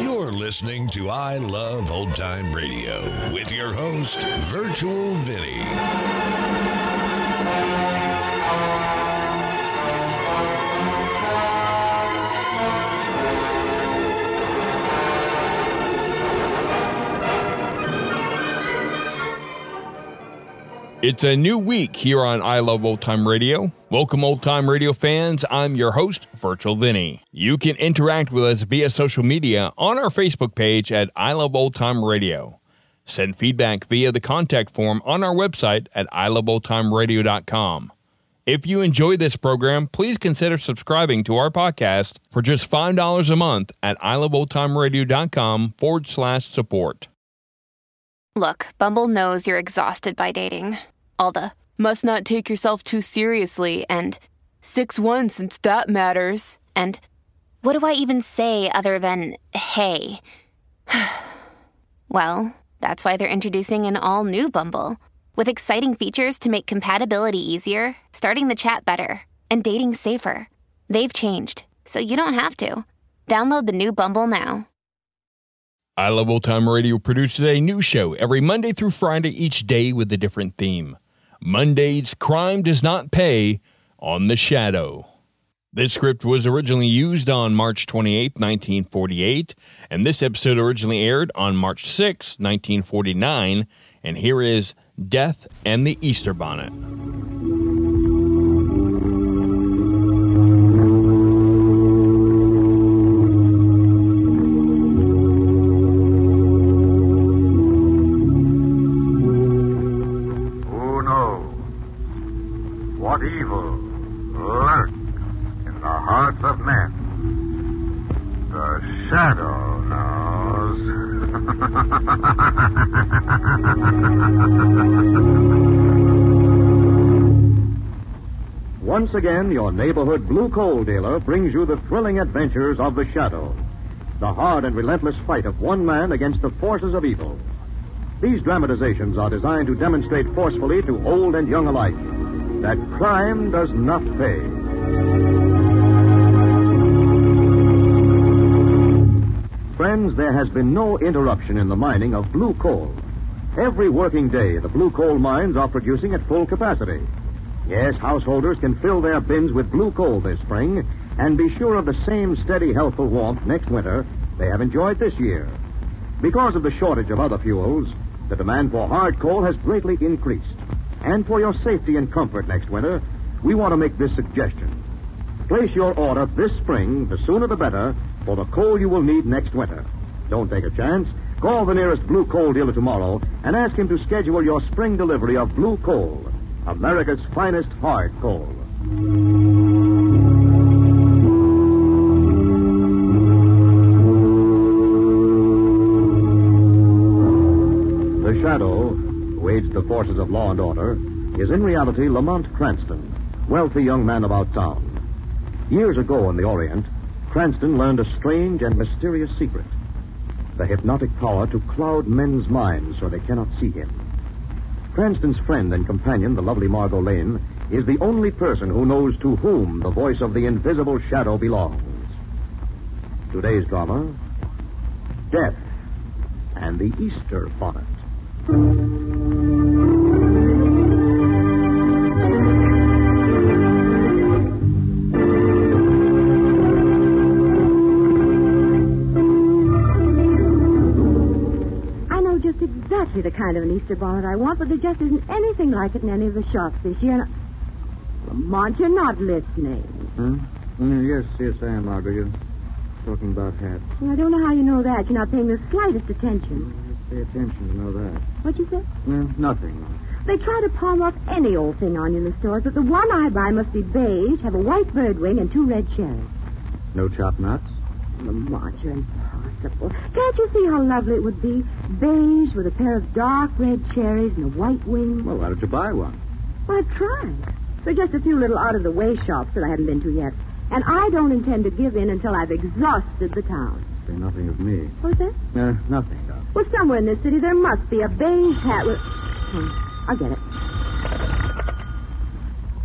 You're listening to I Love Old Time Radio with your host, Virtual Vinny. It's a new week here on I Love Old Time Radio. Welcome, old time radio fans. I'm your host, Virtual Vinny. You can interact with us via social media on our Facebook page at I Love Old Time Radio. Send feedback via the contact form on our website at iloveoldtimeradio.com. If you enjoy this program, please consider subscribing to our podcast for just $5 a month at iloveoldtimeradio.com forward slash support. Look, Bumble knows you're exhausted by dating. All the must not take yourself too seriously and 6 1 since that matters. And what do I even say other than hey? well, that's why they're introducing an all new Bumble with exciting features to make compatibility easier, starting the chat better, and dating safer. They've changed, so you don't have to. Download the new Bumble now. I Love Old Time Radio produces a new show every Monday through Friday, each day with a different theme. Monday's Crime Does Not Pay on the Shadow. This script was originally used on March 28, 1948, and this episode originally aired on March 6, 1949. And here is Death and the Easter Bonnet. Who knows what evil lurks in the hearts of men? The shadow knows. Once again, your neighborhood blue coal dealer brings you the thrilling adventures of the shadow, the hard and relentless fight of one man against the forces of evil. These dramatizations are designed to demonstrate forcefully to old and young alike that crime does not pay. Friends, there has been no interruption in the mining of blue coal. Every working day, the blue coal mines are producing at full capacity. Yes, householders can fill their bins with blue coal this spring and be sure of the same steady, healthful warmth next winter they have enjoyed this year. Because of the shortage of other fuels, the demand for hard coal has greatly increased. And for your safety and comfort next winter, we want to make this suggestion. Place your order this spring, the sooner the better, for the coal you will need next winter. Don't take a chance. Call the nearest blue coal dealer tomorrow and ask him to schedule your spring delivery of blue coal, America's finest hard coal. The Shadow, who aids the forces of law and order, is in reality Lamont Cranston, wealthy young man about town. Years ago in the Orient, Cranston learned a strange and mysterious secret the hypnotic power to cloud men's minds so they cannot see him. Cranston's friend and companion, the lovely Margot Lane, is the only person who knows to whom the voice of the invisible shadow belongs. Today's drama Death and the Easter Bonnet. I know just exactly the kind of an Easter bonnet I want, but there just isn't anything like it in any of the shops this year. And I- Lamont, you're not listening. Hmm? yes, yes, I am, Margot. You're talking about hats. I don't know how you know that. You're not paying the slightest attention. Pay attention to know that. Hmm, What'd you say? nothing. They try to palm off any old thing on you in the stores, but the one I buy must be beige, have a white bird wing, and two red cherries. No chopped nuts? Lamont, you're impossible. Can't you see how lovely it would be? Beige with a pair of dark red cherries and a white wing. Well, why don't you buy one? Well, I've tried. There are just a few little out of the way shops that I haven't been to yet. And I don't intend to give in until I've exhausted the town. Say nothing of me. What's that? Uh, nothing, Doc. Well, somewhere in this city there must be a beige hat with. Hmm, I'll get it.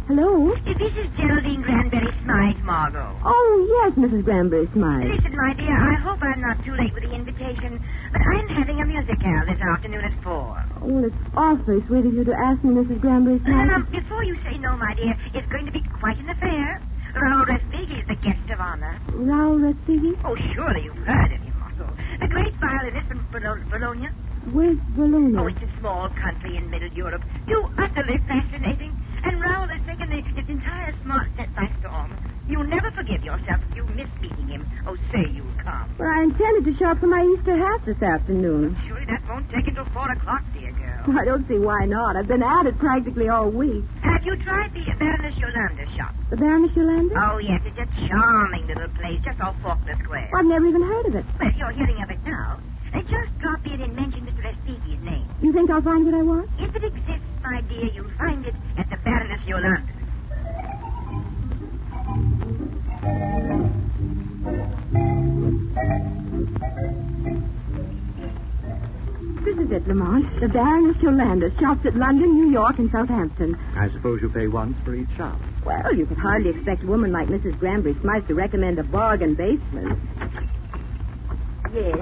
Hello? This is Geraldine Granberry Smythe, Margot. Oh, yes, Mrs. Granbury Smythe. Listen, my dear, I hope I'm not too late with the invitation, but I'm having a musicale this afternoon at four. Well, Oh, it's awfully sweet of you to ask me, Mrs. Granbury Now, Smythe. now, before you say no, my dear, it's going to be quite an affair. Raoul Respighi is the guest of honor. Raoul Respighi? Oh, surely you've heard of him, Margot. The great violinist from Bolo- Bologna. Where's Bologna? Oh, it's a small country in Middle Europe. Too utterly fascinating. And Raoul has taken the, his entire smart set by storm. You'll never forgive yourself if you miss meeting him. Oh, say you'll come. Well, I intended to shop for my Easter hat this afternoon. Surely that won't take until four o'clock, dear girl. I don't see why not. I've been at it practically all week. Have you tried the Baroness Yolanda shop? The Baroness Yolanda? Oh, yes, it's a charming little place just off Faulkner Square. I've never even heard of it. Well, you're hearing of it now. Uh, just drop in and mention Mr. Respighi's name. You think I'll find what I want? If it exists, my dear, you'll find it at the Baroness Yolanda. This is it, Lamont. The Baroness Yolanda shops at London, New York, and Southampton. I suppose you pay once for each shop. Well, you could hardly expect a woman like Mrs. Granbury Smythe to recommend a bargain basement. Yes?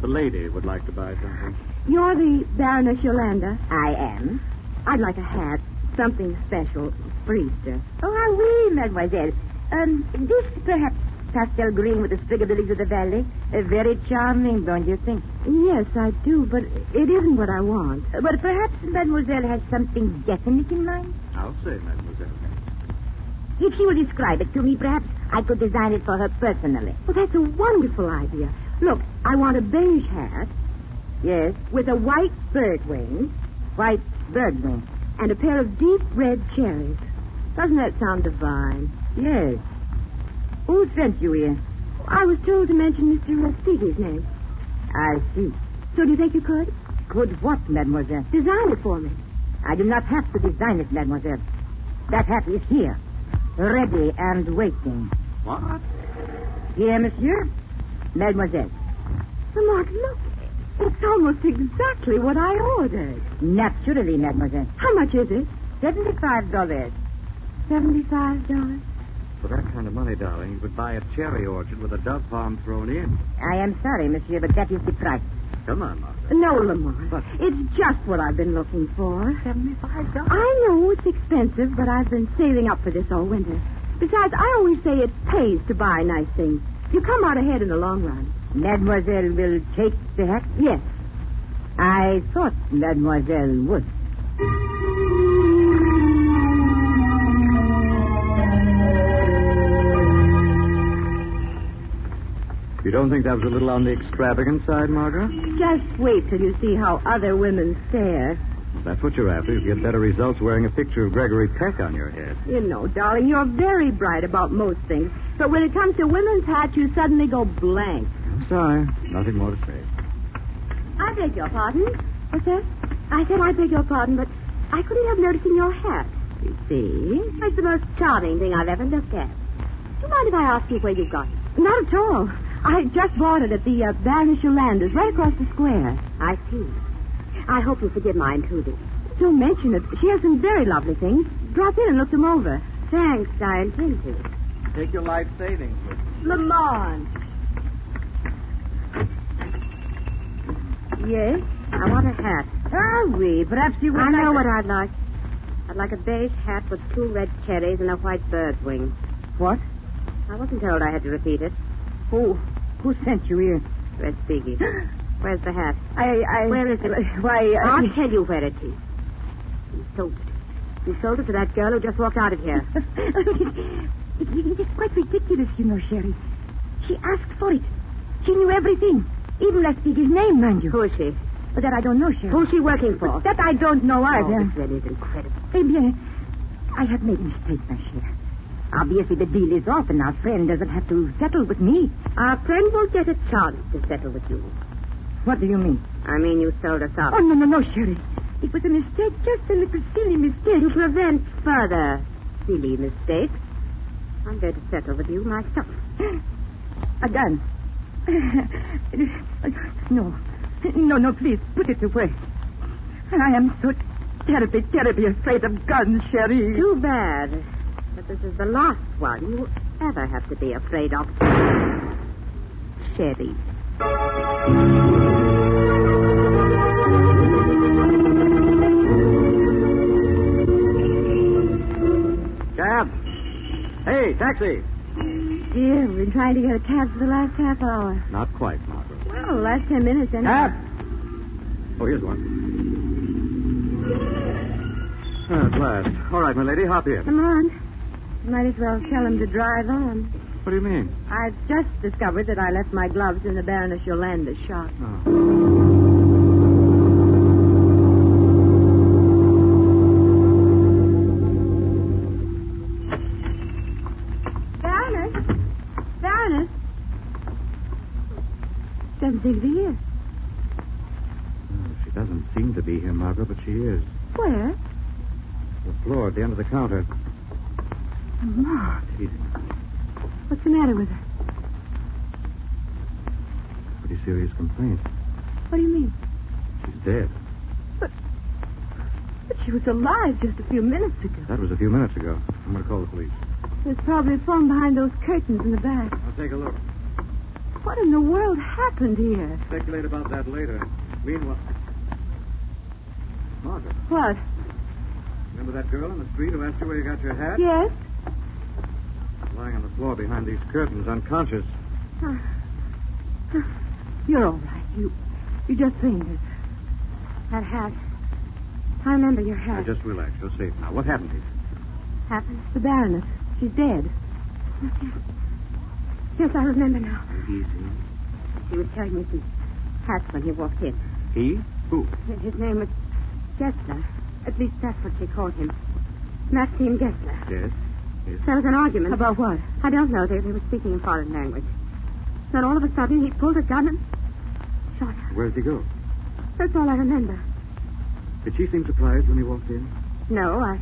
The lady would like to buy something. You're the Baroness Yolanda. I am. I'd like a hat, something special for Easter. Oh, ah oui, mademoiselle. Um, this, perhaps, pastel green with the spriggabilities of the valley. Uh, very charming, don't you think? Yes, I do, but it isn't what I want. Uh, but perhaps mademoiselle has something definite in mind? I'll say, mademoiselle. If she will describe it to me, perhaps I could design it for her personally. Well, that's a wonderful idea. Look, I want a beige hat. Yes. With a white bird wing. White bird wing. And a pair of deep red cherries. Doesn't that sound divine? Yes. Who sent you here? I was told to mention Mr. Respighi's name. I see. So do you think you could? Could what, mademoiselle? Design it for me. I do not have to design it, mademoiselle. That hat is here, ready and waiting. What? Here, monsieur. Mademoiselle, Lamont, look. It's almost exactly what I ordered. naturally, mademoiselle. How much is it? Seventy-five dollars. Seventy-five dollars. For that kind of money, darling, you could buy a cherry orchard with a dove palm thrown in. I am sorry, monsieur, but that is the price. Come on, Martha. No, Lamont. But- It's just what I've been looking for. Seventy-five I know it's expensive, but I've been saving up for this all winter. Besides, I always say it pays to buy nice things. You come out ahead in the long run. Mademoiselle will take the hat? Yes. I thought mademoiselle would. You don't think that was a little on the extravagant side, Margaret? Just wait till you see how other women stare. If that's what you're after. You get better results wearing a picture of Gregory Peck on your head. You know, darling, you're very bright about most things. But when it comes to women's hats, you suddenly go blank. I'm sorry. Nothing more to say. I beg your pardon. What's that? I said I beg your pardon, but I couldn't help noticing your hat. You see? It's the most charming thing I've ever looked at. Do you mind if I ask you where you got it? Not at all. I just bought it at the uh, Baroness Yolanda's, right across the square. I see. I hope you forgive my intruding. Don't mention it. She has some very lovely things. Drop in and look them over. Thanks, I intend to. Take your life savings with Lamont. Yes? I want a hat. Are we? Oh, Perhaps you would I know what I'd like. I'd like a beige hat with two red cherries and a white bird's wing. What? I wasn't told I had to repeat it. Who? Who sent you here? Red Speaky. Where's the hat? I, I... Where is it? Why, uh, I... will tell you where it is. You sold it. You sold it to that girl who just walked out of here. It, it is quite ridiculous, you know, Sherry. She asked for it. She knew everything. Even left his name, mind you. Who is she? But that I don't know, Sherry. Who's she working for? That I don't know either. Oh, that is incredible. Eh bien, I have made mistakes, my Sherry. Obviously, the deal is off, and our friend doesn't have to settle with me. Our friend will get a chance to settle with you. What do you mean? I mean, you sold us out. Oh, no, no, no, Sherry. It was a mistake, just a little silly mistake. To prevent further silly mistakes, I'm going to settle with you myself. A gun. No. No, no, please, put it away. I am so terribly, terribly afraid of guns, Cherie. Too bad. But this is the last one you ever have to be afraid of. Sherry. Cab. Hey, taxi. Dear, we've been trying to get a cab for the last half hour. Not quite, Margaret. Well, Ah. the last ten minutes, anyway. Cab. Oh, here's one. Ah, At last. All right, my lady, hop in. Come on. Might as well tell him to drive on. What do you mean? I've just discovered that I left my gloves in the Baroness Yolanda's shop. Baroness? Baroness? Doesn't seem to be here. Uh, She doesn't seem to be here, Margaret, but she is. Where? The floor at the end of the counter. Maud. Easy. What's the matter with her? Pretty serious complaint. What do you mean? She's dead. But she was alive just a few minutes ago. That was a few minutes ago. I'm going to call the police. There's probably a phone behind those curtains in the back. I'll take a look. What in the world happened here? Speculate about that later. Meanwhile. Margaret, What? remember that girl on the street who asked you where you got your hat? Yes? Lying on the floor behind these curtains, unconscious. You're all right. You you just fainted. That hat. I remember your hat. Now, just relax. You're safe now. What happened to you? happened? The Baroness. She's dead. Yes, I remember now. Easy. He was telling me some hats when he walked in. He? Who? His name was Gessler. At least that's what she called him. Maxime Gessler. Yes. There was an argument. About what? I don't know. They, they were speaking in foreign language. Then all of a sudden, he pulled a gun and shot her. Where did he go? That's all I remember. Did she seem surprised when he walked in? No, I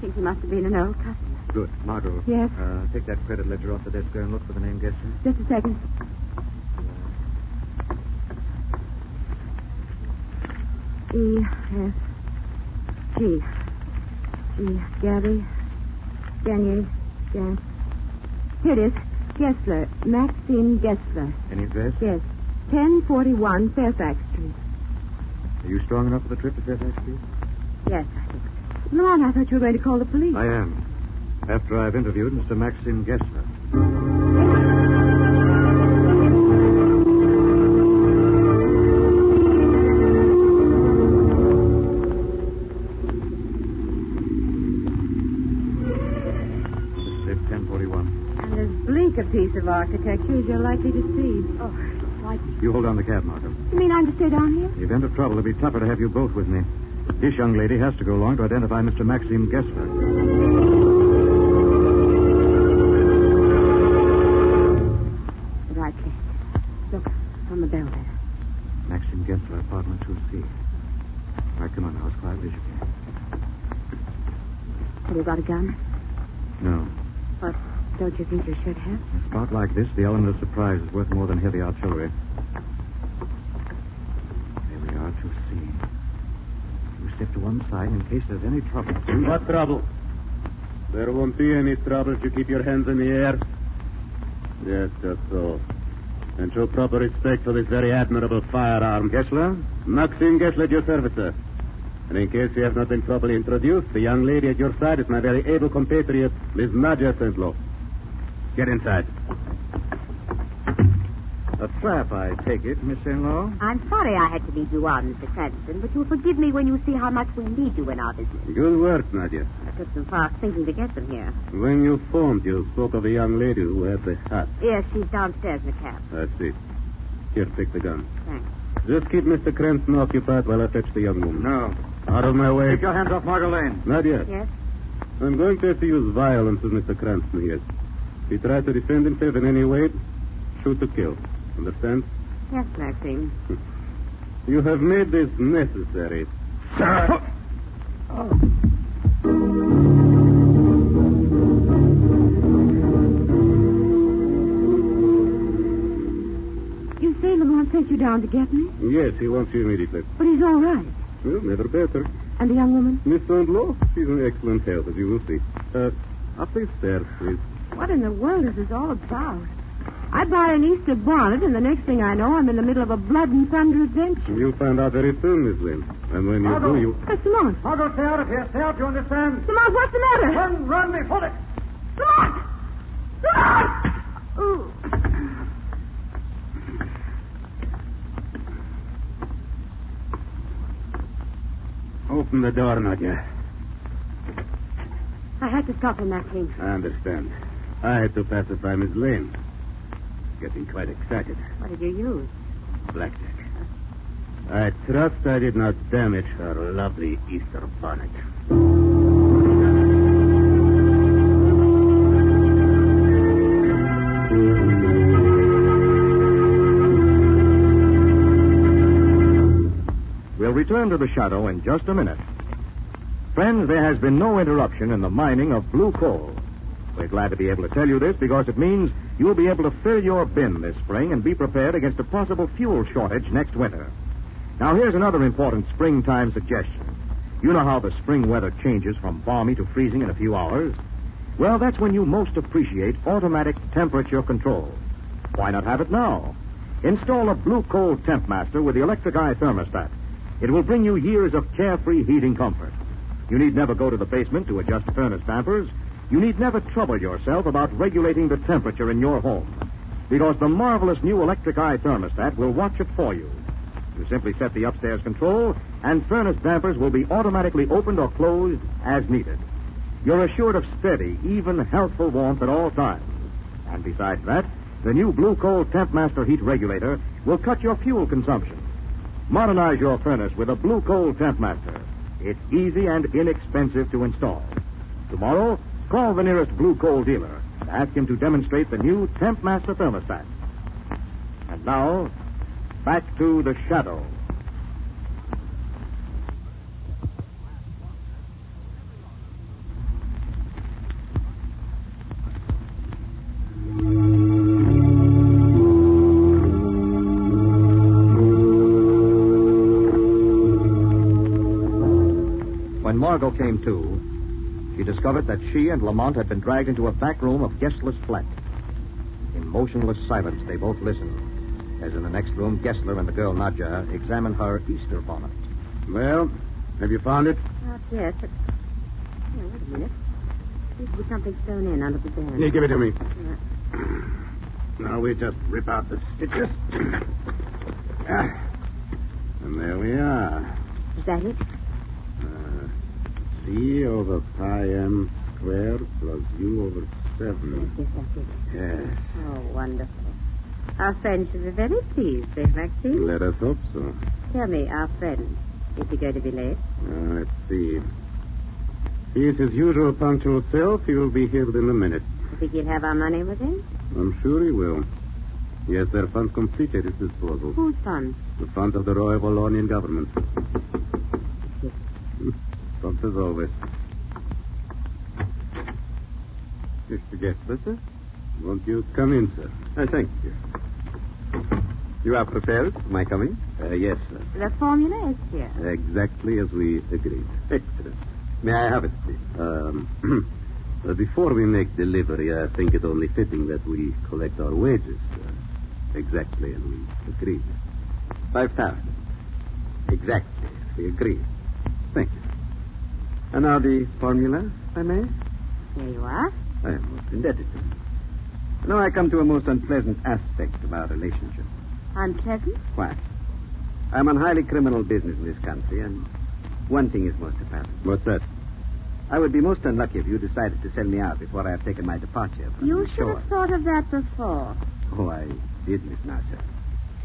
think he must have been an old customer. Good. Margot. Yes? Uh, take that credit ledger off the desk there and look for the name Gessler. Just a second. E S G. G. Gabby. Gagnier. Gan. Here it is. Gessler. Maxine Gessler. Any address? Yes. 1041 Fairfax Street. Are you strong enough for the trip to Fairfax Street? Yes, I think so. Milan, I thought you were going to call the police. I am. After I've interviewed Mr. Maxim Gessler. Mississippi 1041. And as bleak a piece of architecture as you're likely to see. Oh, why? You hold on the cab, Margot. You mean I'm to stay down here? In the event of trouble, it'd be tougher to have you both with me. This young lady has to go along to identify Mr. Maxim Gessler. But I can't. Look, on the bell there. Maxim Gessler, apartment 2C. All right, come on now, as quietly as you can. Have you got a gun? No. But don't you think you should have? In a spot like this, the element of surprise is worth more than heavy artillery. There we are, 2C. You step to one side in case there's any trouble. What trouble? There won't be any trouble if you keep your hands in the air. Yes, just so. And show proper respect for this very admirable firearm. Gessler? Maxim Gessler, at your service, sir. And in case you have not been properly introduced, the young lady at your side is my very able compatriot, Miss Nadja St. Lo. Get inside. A trap, I take it, Miss St. Law? I'm sorry I had to leave you on, Mr. Cranston, but you'll forgive me when you see how much we need you in our business. Good work, Nadia. I took some fast thinking to get them here. When you phoned, you spoke of a young lady who had the hat. Yes, she's downstairs in the cab. I see. Here, take the gun. Hmm. Thanks. Just keep Mr. Cranston occupied while I fetch the young woman. No. Out of my way. Take your hands off Margot Lane. Nadia, Yes? I'm going to have to use violence with Mr. Cranston here. If he tries to defend himself in any way, shoot to kill. Understand? Yes, Maxine. You have made this necessary. You say Lamont sent you down to get me? Yes, he wants you immediately. But he's all right. Well, never better. And the young woman? Miss Sandlow, she's in excellent health, as you will see. Uh, up these stairs, please. What in the world is this all about? I buy an Easter bonnet, and the next thing I know, I'm in the middle of a blood and thunder adventure. You'll find out very soon, Miss Lynn. And when you Margot. do, you... Hey, Simone. Margot, stay out of here. Stay out, you understand? Simone, what's the matter? Run, run before it. Simone! Simone! Ooh. Open the door, Nadia. I had to stop him, that came. I understand. I had to pacify Miss Lane. Getting quite excited. What did you use? Blackjack. I trust I did not damage her lovely Easter bonnet. We'll return to the shadow in just a minute. Friends, there has been no interruption in the mining of blue coal. We're glad to be able to tell you this because it means you'll be able to fill your bin this spring and be prepared against a possible fuel shortage next winter. Now, here's another important springtime suggestion. You know how the spring weather changes from balmy to freezing in a few hours? Well, that's when you most appreciate automatic temperature control. Why not have it now? Install a Blue Coal Temp Master with the electric eye thermostat. It will bring you years of carefree heating comfort. You need never go to the basement to adjust furnace dampers. You need never trouble yourself about regulating the temperature in your home because the marvelous new electric eye thermostat will watch it for you. You simply set the upstairs control, and furnace dampers will be automatically opened or closed as needed. You're assured of steady, even healthful warmth at all times. And besides that, the new Blue Coal Temp Master heat regulator will cut your fuel consumption. Modernize your furnace with a Blue Coal Temp Master. It's easy and inexpensive to install. Tomorrow, call the nearest Blue Coal dealer and ask him to demonstrate the new Temp Master thermostat. And now, back to the shadow. When Margot came to, she discovered that she and Lamont had been dragged into a back room of guestless flat. In motionless silence, they both listened. As in the next room, Gessler and the girl Nadja examined her Easter bonnet. Well, have you found it? Not yet, but. Now, wait a minute. Seems to be something thrown in under the bed. Yeah, give it to me. Yeah. Now we just rip out the stitches. Ah. and there we are. Is that it? Uh, C over pi m squared plus u over 7. Yes, that's it. Yes. Oh, wonderful. Our friend should be very pleased, eh, Maxine? Let us hope so. Tell me, our friend, is he going to be late? Uh, let's see. He is his usual punctual self. He will be here within a minute. You think he'll have our money with him? I'm sure he will. He has their funds complete at his disposal. Whose son? The funds of the Royal Wallonian government. Prompt as always. Mr. Gessler, sir? Won't you come in, sir? I thank you. You are prepared for my coming? Uh, yes, sir. The formula is here. Exactly as we agreed. Excellent. May I have it, please? Um, uh, before we make delivery, I think it only fitting that we collect our wages. Uh, exactly as we agreed. Five thousand. Exactly as we agreed. Thank you. And now the formula, if I may? Here you are. I am most indebted to you. Now I come to a most unpleasant aspect of our relationship. Unpleasant? Why? I'm on highly criminal business in this country, and one thing is most apparent. What's that? I would be most unlucky if you decided to sell me out before I have taken my departure. From You the should shore. have thought of that before. Oh, I did, Miss Nasser.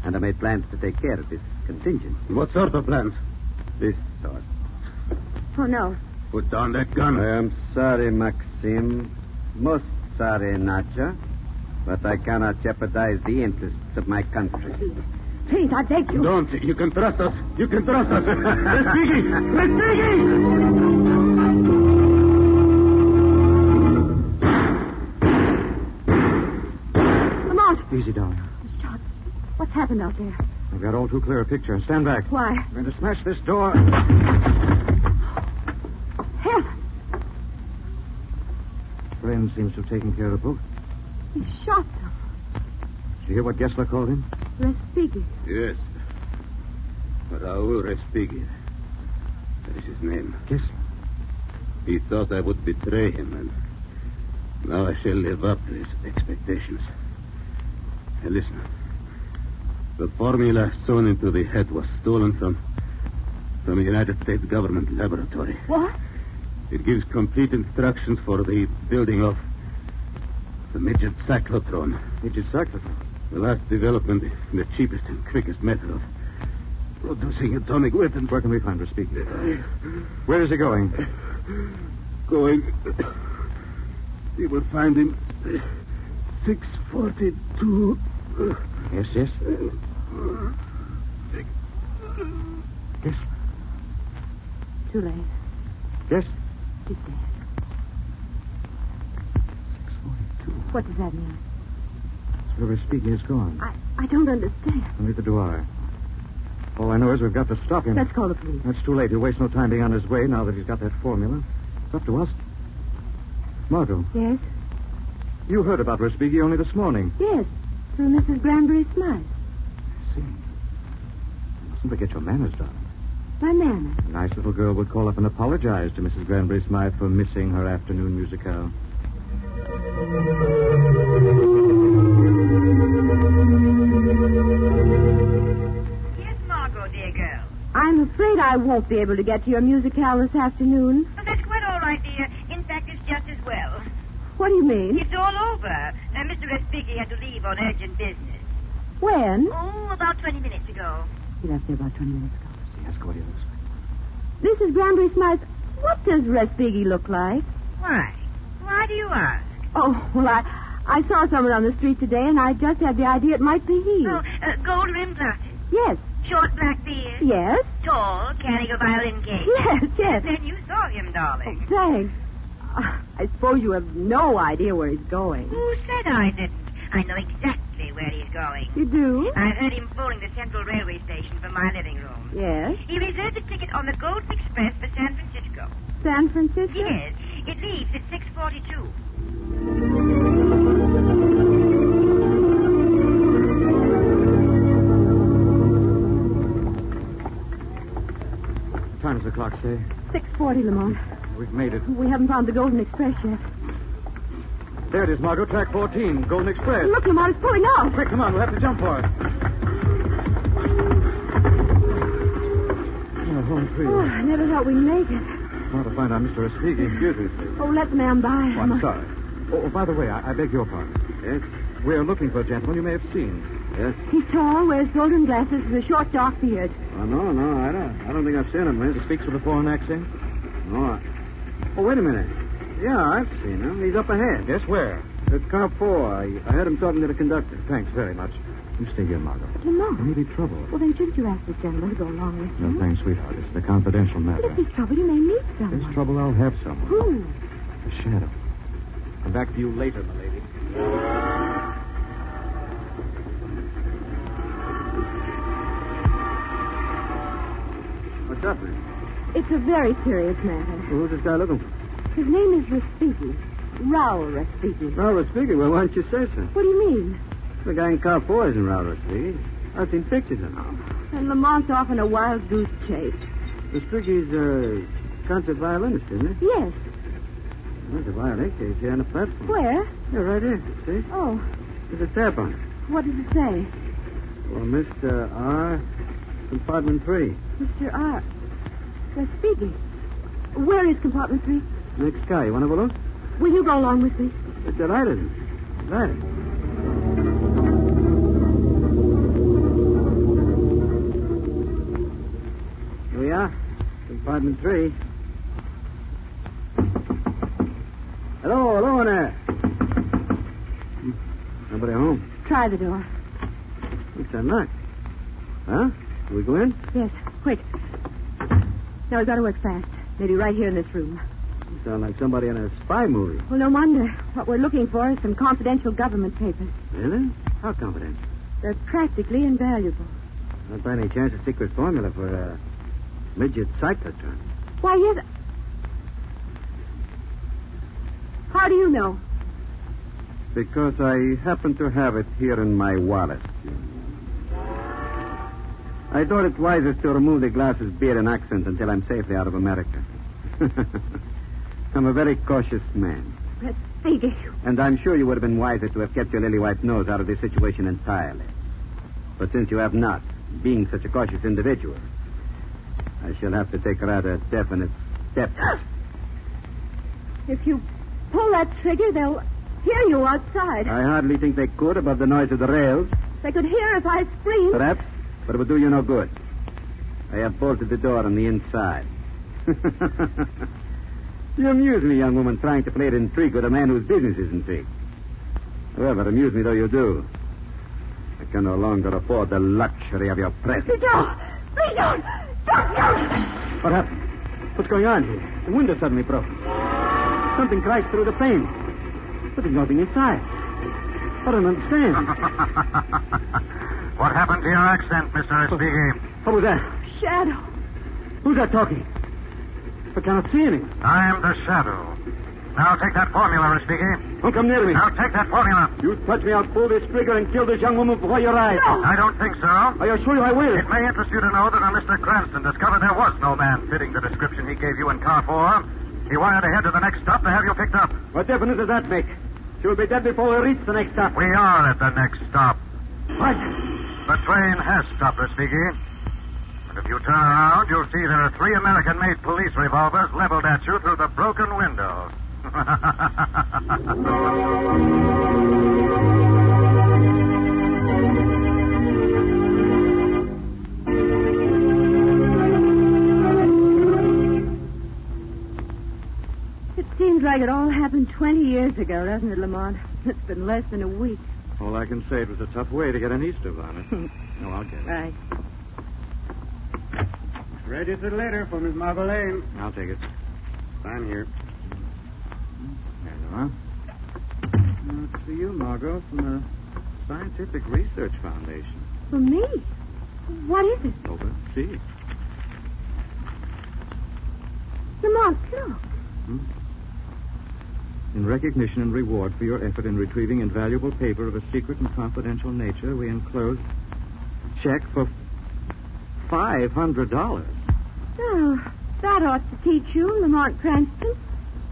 And I made plans to take care of this contingency. What sort of plans? This sort. Oh, no. Put down that gun. I am sorry, Maxim. Most sorry, Nadja. But I cannot jeopardize the interests of my country. Please, I beg you. Don't. You can trust us. You can trust us. Respighi! Respighi! Lamont, Easy, darling. what's happened out there? I've got all too clear a picture. Stand back. Why? I'm going to smash this door. Fenn seems to have taken care of both. He shot them. Did you hear what Gessler called him? Respighi. Yes. Raoul Respighi. That is his name. Yes. He thought I would betray him, and now I shall live up to his expectations. Now listen. The formula sewn into the head was stolen from from a United States government laboratory. What? It gives complete instructions for the building of the midget cyclotron. Midget cyclotron? The last development, the cheapest and quickest method of producing atomic weapons. Where can we find Respighi? Where is he going? Going. You will find him. 642. Yes, yes. Yes, Too late. yes. He's dead. What does that mean? So Respighi is gone. I, I don't understand. Neither do I. All I know is we've got to stop him. Let's call the police. That's too late. He'll waste no time being on his way now that he's got that formula. It's up to us. Margot, Yes? you heard about Respighi only this morning. Yes. Through Mrs. Granbury Smythe. see. Mustn't forget your manners, darling. My nana. A nice little girl would call up and apologize to Mrs. Granbury Smythe for missing her afternoon musicale. Here's Margot, dear girl. I'm afraid I won't be able to get to your musicale this afternoon. Oh, that's quite all right, dear. In fact, it's just as well. What do you mean? It's all over. Uh, Mr. Respighi had to leave on urgent business. When? Oh, about 20 minutes ago. He left here about 20 minutes ago. See, ask what he looks like. Mrs. Granbury Smythe, what does Respighi look like? Why? Why do you ask? Oh, well, I, I saw someone on the street today, and I just had the idea it might be he. Oh, uh, gold rimmed glasses, Yes, short black beard, yes, tall, carrying a violin case. yes, yes. Then you saw him, darling. Thanks. Uh, I suppose you have no idea where he's going. Who said I didn't? I know exactly where he's going. You do? I heard him phoning the Central Railway Station from my living room. Yes. He reserved a ticket on the Golden Express for San Francisco. San Francisco? Yes, it leaves at 6.42. What time does the clock say? 6.40, Lamont. We've made it. We haven't found the Golden Express yet. There it is, Margot. Track 14, Golden Express. Look, Lamont, it's pulling out. Quick, come on. We'll have to jump for it. Oh, home free. Oh, I never thought we'd make it. Want to find out Mr. Espeaky. Excuse me, Oh, let the man by. Oh, I'm sorry. Oh, by the way, I, I beg your pardon. Yes? We're looking for a gentleman you may have seen. Yes? He's tall, wears golden glasses, with a short, dark beard. Oh, no, no, I don't. I don't think I've seen him, He speaks with a foreign accent. No. I... Oh, wait a minute. Yeah, I've seen him. He's up ahead. Yes, where? At car four. I, I heard him talking to the conductor. Thanks very much. You stay here, Margot. There Lamont. may be trouble. Well, then shouldn't you ask this gentleman to go along with No, you? thanks, sweetheart. It's a confidential But matter. if there's trouble, you may meet If someone. There's trouble. I'll have someone. Who? A shadow. Come back to you later, my lady. What's up, man? It's a very serious matter. Well, who's this guy looking for? His name is Respighi. Raoul Respighi. Raul Speaker. Well, why don't you say so? What do you mean? The guy in car four isn't Raul Speaker. I've seen pictures of him. And Lamont's off in a wild goose chase. Speaker's a uh, concert violinist, isn't he? Yes. There's a violin case here on the platform. Where? Yeah, right here. See? Oh, There's a tab on it. what does it say? Well, Mr. R, compartment three. Mr. R. Respighi. Where is compartment three? Next guy. You want to have a look? Will you go along with me? It's delighted. Delighted. Here we are. Compartment three. Hello, hello in there. Hmm, Nobody home. Try the door. It's unlocked. Huh? Can we go in? Yes, quick. Now we've got to work fast. Maybe right here in this room. You sound like somebody in a spy movie. Well, no wonder. What we're looking for is some confidential government papers. Really? How confident? They're practically invaluable. Not by any chance a secret formula for a midget cyclotron. Why, yes. How do you know? Because I happen to have it here in my wallet. I thought it wisest to remove the glasses, beard, and accent until I'm safely out of America. I'm a very cautious man, But figure you. and I'm sure you would have been wiser to have kept your lily white nose out of this situation entirely. But since you have not, being such a cautious individual, I shall have to take rather definite steps. If you pull that trigger, they'll hear you outside. I hardly think they could above the noise of the rails. They could hear if I screamed. Perhaps, but it would do you no good. I have bolted the door on the inside. you amuse me, young woman, trying to play at intrigue with a man whose business is intrigue. However, amuse me though you do, I can no longer afford the luxury of your presence. Please don't! Don't What happened? What's going on here? The window suddenly broke. Something crashed through the pane. But there's nothing inside. I don't understand. What happened to your accent, Mr. Speaky? what was that? Shadow. Who's that talking? I cannot see anything. I am the Shadow. Now take that formula, Speaky. Don't come near me. Now take that formula. You touch me, I'll pull this trigger and kill this young woman before your eyes. I don't think so. I assure you I will. It may interest you to know that when Mr. Cranston discovered there was no man fitting the description he gave you in car four, he wired ahead to the next stop to have you picked up. What difference does that make? She'll be dead before we reach the next stop. We are at the next stop. What? The train has stopped, Rafiki. And if you turn around, you'll see there are three American made police revolvers leveled at you through the broken window. It seems like it all happened 20 years ago, doesn't it, Lamont? It's been less than a week. All I can say, it was a tough way to get an Easter bonnet. no, I'll get it. Right. Registered later for Miss Marvelane. I'll take it. Sign here. There you are. That's for you, Margot, from the Scientific Research Foundation. For me? What is it? Over. See? Lamont, look. In recognition and reward for your effort in retrieving invaluable paper of a secret and confidential nature, we enclose a check for five hundred dollars. Oh, that ought to teach you, Lamont Cranston.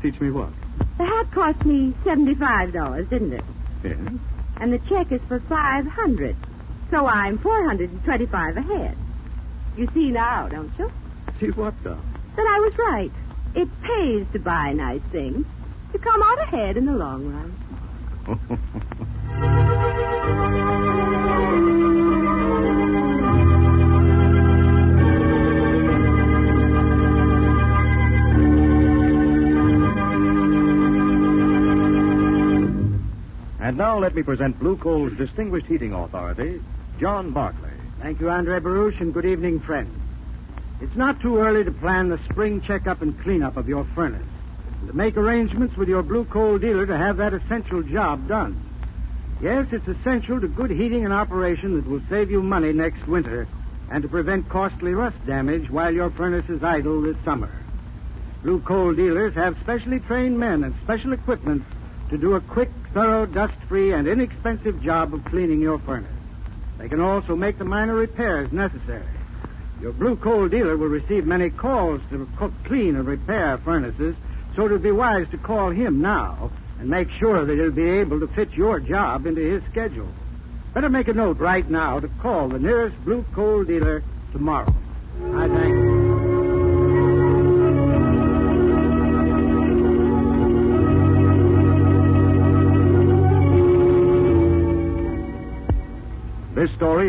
Teach me what? The hat cost me $75, didn't it? Yes. And the check is for 500 So I'm 425 ahead. You see now, don't you? See what though? That I was right. It pays to buy nice things, to come out ahead in the long run. And now let me present Blue Coal's distinguished heating authority, John Barclay. Thank you, Andre Baruch, and good evening, friend. It's not too early to plan the spring checkup and cleanup of your furnace, and to make arrangements with your blue coal dealer to have that essential job done. Yes, it's essential to good heating and operation that will save you money next winter and to prevent costly rust damage while your furnace is idle this summer. Blue coal dealers have specially trained men and special equipment to do a quick, thorough, dust-free, and inexpensive job of cleaning your furnace. They can also make the minor repairs necessary. Your blue coal dealer will receive many calls to co- clean and repair furnaces, so it would be wise to call him now and make sure that he'll be able to fit your job into his schedule. Better make a note right now to call the nearest blue coal dealer tomorrow. I thank you. This story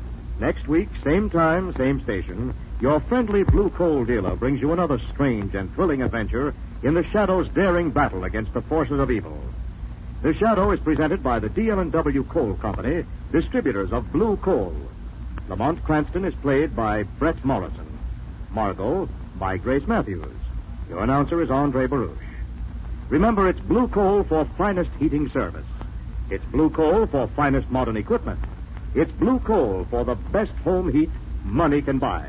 next week, same time, same station, your friendly blue coal dealer brings you another strange and thrilling adventure in the Shadow's daring battle against the forces of evil. The Shadow is presented by the DL&W Coal Company, distributors of blue coal. Lamont Cranston is played by Brett Morrison. Margot by Grace Matthews. Your announcer is Andre Baruch. Remember, it's blue coal for finest heating service. It's blue coal for finest modern equipment. It's blue coal for the best home heat money can buy.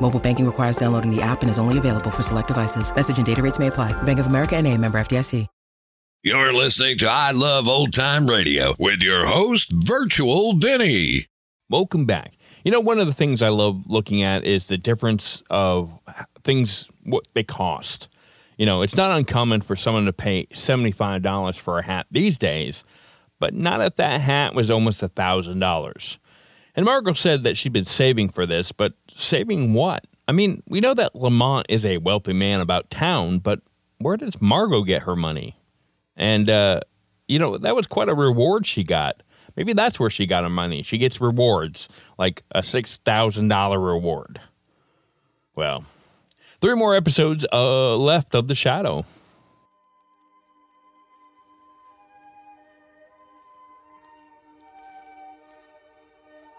Mobile banking requires downloading the app and is only available for select devices. Message and data rates may apply. Bank of America and a member FDIC. You're listening to I Love Old Time Radio with your host, Virtual Vinny. Welcome back. You know, one of the things I love looking at is the difference of things, what they cost. You know, it's not uncommon for someone to pay $75 for a hat these days, but not if that hat was almost $1,000. And Margot said that she'd been saving for this, but saving what? I mean, we know that Lamont is a wealthy man about town, but where does Margot get her money? And, uh, you know, that was quite a reward she got. Maybe that's where she got her money. She gets rewards, like a $6,000 reward. Well, three more episodes uh, left of The Shadow.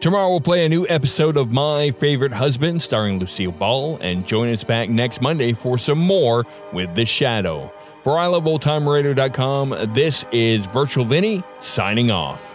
Tomorrow we'll play a new episode of My Favorite Husband starring Lucille Ball and join us back next Monday for some more with The Shadow. For iloveoldtimeradio.com, this is Virtual Vinny signing off.